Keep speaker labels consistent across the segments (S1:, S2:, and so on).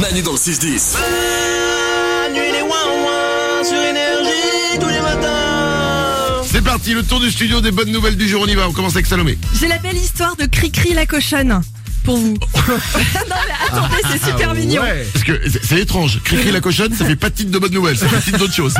S1: Manu dans le 6-10.
S2: Manu les ouin-ouin sur énergie tous les matins.
S3: C'est parti, le tour du studio des bonnes nouvelles du jour. On y va, on commence avec Salomé.
S4: J'ai la belle histoire de Cricri la cochonne pour vous. non mais attendez,
S3: Ah,
S4: c'est super mignon.
S3: Parce que c'est- c'est étrange. Cricri la cochonne, ça fait pas de titre de bonnes nouvelles, ça fait titre d'autre chose.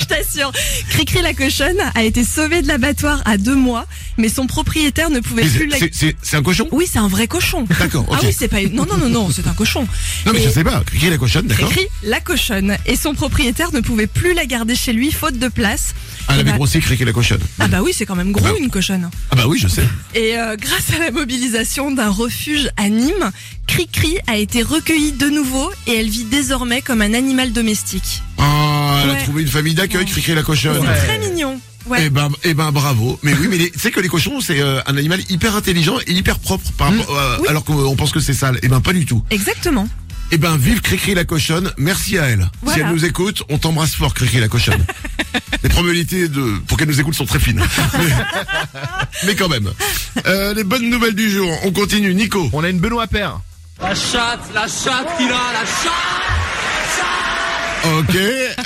S4: Je t'assure, Cricri la cochonne a été sauvée de l'abattoir à deux mois, mais son propriétaire ne pouvait
S3: Mais
S4: plus
S3: c'est-
S4: la.
S3: c'est- C'est c'est un cochon
S4: Oui, c'est un vrai cochon.
S3: D'accord, ok.
S4: Ah oui, c'est pas une. Non, non, non, non, c'est un cochon.
S3: Non mais
S4: Et-
S3: je sais pas, Cricri la cochonne, d'accord
S4: Cricri la cochonne et son propriétaire ne pouvait plus la garder chez lui faute de place.
S3: Ah, Elle
S4: Et
S3: avait
S4: bah-
S3: grossi Cricri la cochonne.
S4: Ah bah oui, c'est quand même gros
S3: Ah bah-
S4: une cochonne.
S3: Ah bah oui, je sais.
S4: Et euh, grâce à la mobilisation d'un refuge à Nîmes, Cricri a été recueillie de nouveau et elle vit désormais comme un animal domestique.
S3: Ah, elle a
S4: Ouais.
S3: trouvé une famille d'accueil, Cricri la cochonne.
S4: C'est très mignon. Ouais.
S3: Eh ben, eh ben, bravo. Mais oui, mais les- tu sais que les cochons, c'est euh, un animal hyper intelligent et hyper propre, par rapport, euh,
S4: Oui.
S3: alors qu'on pense que c'est sale. Eh ben, pas du tout.
S4: Exactement.
S3: Eh ben, vive Cricri la cochonne. Merci à elle. Si
S4: Voilà.
S3: elle nous écoute, on t'embrasse fort, Cricri la cochonne. les probabilités de, pour qu'elle nous écoute sont très fines. Mais- Mais quand même. Euh, les bonnes nouvelles du jour. On continue. Nico.
S5: On a une Benoît Père.
S2: La chatte, la chatte qu'il a, la chatte.
S3: Ok.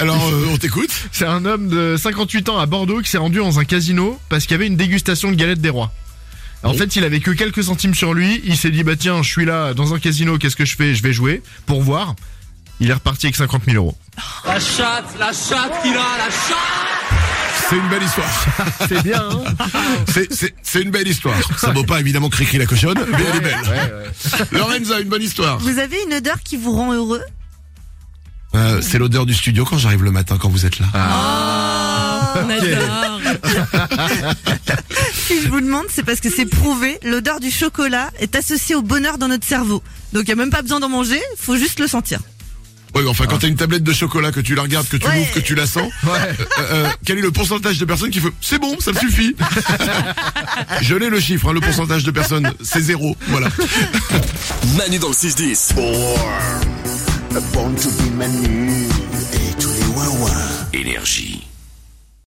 S3: Alors, euh, on t'écoute.
S5: C'est un homme de 58 ans à Bordeaux qui s'est rendu dans un casino parce qu'il y avait une dégustation de galettes des rois. En fait, il avait que quelques centimes sur lui. Il s'est dit, bah tiens, je suis là dans un casino, qu'est-ce que je fais Je vais jouer pour voir. Il est reparti avec 50 000 euros.
S2: La chatte, la chatte qu'il a, la chatte.
S3: C'est une belle histoire.
S5: C'est bien, hein
S3: C'est- C'est c'est une belle histoire. Ça vaut pas évidemment Cricri la cochonne, mais elle est belle. Lorenza, une bonne histoire.
S6: Vous avez une odeur qui vous rend heureux
S3: Euh, c'est l'odeur du studio quand j'arrive le matin, quand vous êtes là.
S4: Oh, On adore.
S6: Si je vous demande, c'est parce que c'est prouvé, l'odeur du chocolat est associée au bonheur dans notre cerveau. Donc il n'y a même pas besoin d'en manger, faut juste le sentir.
S3: Oui, mais enfin, quand t'as une tablette de chocolat, que tu la regardes, que tu
S6: Ouais.
S3: l'ouvres, que tu la sens, euh, euh, quel est le pourcentage de personnes qui font « c'est bon, ça me suffit ». Je l'ai le chiffre, hein, le pourcentage de personnes, c'est zéro, voilà.
S1: Manu dans le 6-10.